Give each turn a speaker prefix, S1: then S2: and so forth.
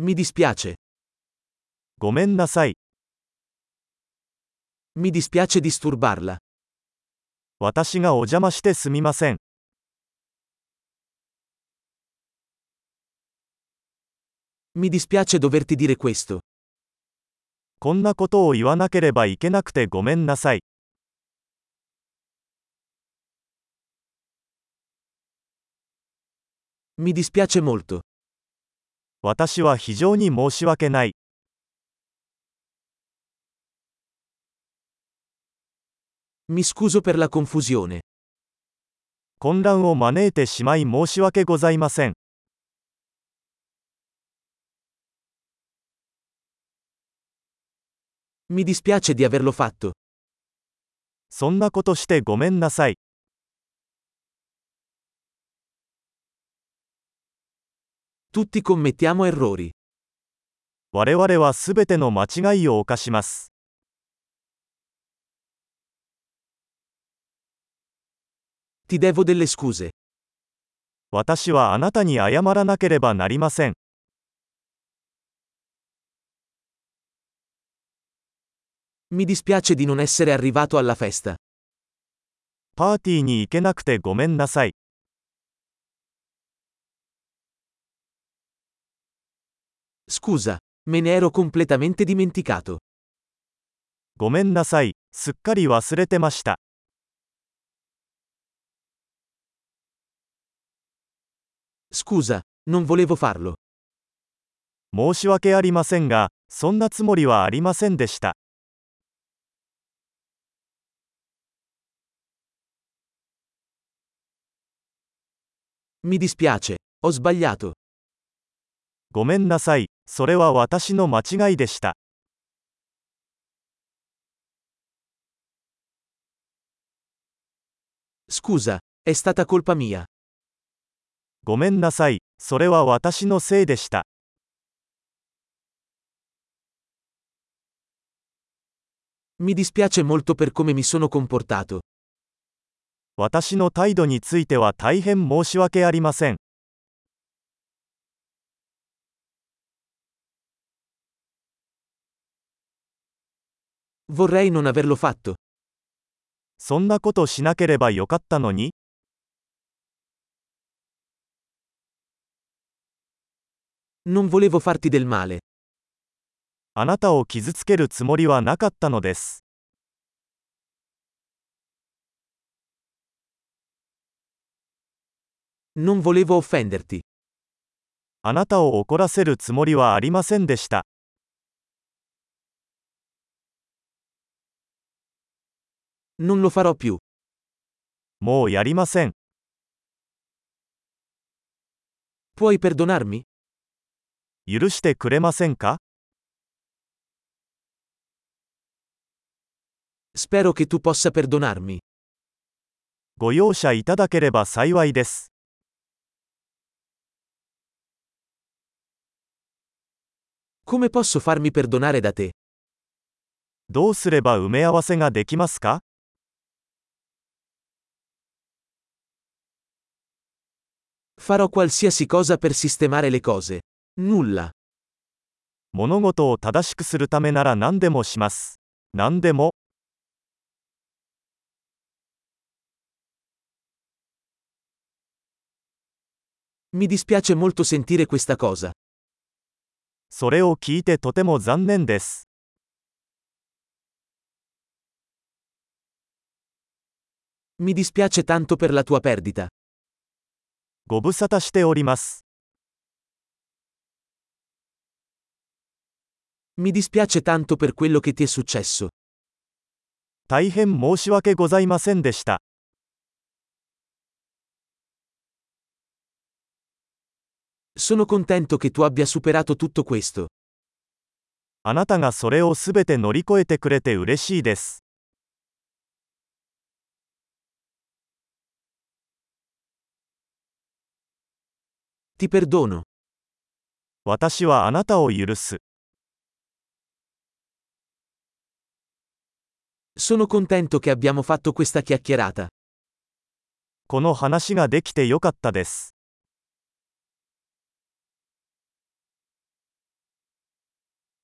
S1: Mi dispiace.
S2: ごめんなさい。
S1: Mi dispiace disturbarla.
S2: 私がお邪魔してすみません。
S1: Mi dispiace doverti dire questo.
S2: こんなことを言わなければいけなくてごめんなさい。
S1: Mi dispiace molto.
S2: 私は非常に申し訳ない。
S1: Mi scuso per la confusione.
S2: 混乱を招いてしまい申し訳ございません。
S1: Mi dispiace di averlo fatto.
S2: そんなことしてごめんなさい。
S1: Tutti commettiamo errori.
S2: 我々はすべての間違いを犯します。
S1: Ti devo delle scuse.
S2: 私はあなたに謝らなければなりません。
S1: Mi dispiace di non essere arrivato alla festa.
S2: パーティーに行けなくてごめんなさい。
S1: Scusa, me ne ero completamente dimenticato.
S2: ごめんなさい。すっかり忘れてました。
S1: Scusa, non volevo farlo.
S2: 申し訳ありませんが、そんなつもりはありませんでした。
S1: Mi dispiace, ho sbagliato.
S2: ごめんなさい。それは私の間違いでした。
S1: Scusa, è stata colpa mia.
S2: ごめんなさい。それは私のせいでした。
S1: Mi dispiace molto per come mi sono comportato.
S2: 私の態度については大変申し訳ありません。
S1: Vorrei non averlo fatto.
S2: そんなことしなければよかったのに、
S1: Non volevo farti del male.
S2: あなたを傷つけるつもりはなかったのです。
S1: Non volevo offenderti.
S2: あなたを怒らせるつもりはありませんでした。
S1: Non lo farò più.
S2: もうやりません。
S1: Puoi perdonarmi?
S2: 許してくれませんか
S1: Spero che tu possa perdonarmi.
S2: ご容赦いただければ幸いです。
S1: Come posso farmi perdonare da te?
S2: どうすれば埋め合わせができますか
S1: Farò qualsiasi cosa per sistemare le cose. Nulla.
S2: 物事を正しくするためなら何でもします。何でも、
S1: Mi dispiace molto sentire questa cosa.
S2: それを聞いてとても残念です。
S1: Mi dispiace tanto per la tua perdita.
S2: ご無沙汰しております。
S1: Mi dispiace tanto per quello che ti è successo.
S2: 大変申し訳ございませんでした。
S1: Sono contento che tu abbia superato tutto questo.
S2: あなたがそれをすべて乗り越えてくれて嬉しいです。
S1: Ti perdono.
S2: 私はあなたを許す。
S1: Sono contento che abbiamo fatto questa chiacchierata.
S2: この話ができてよかったです。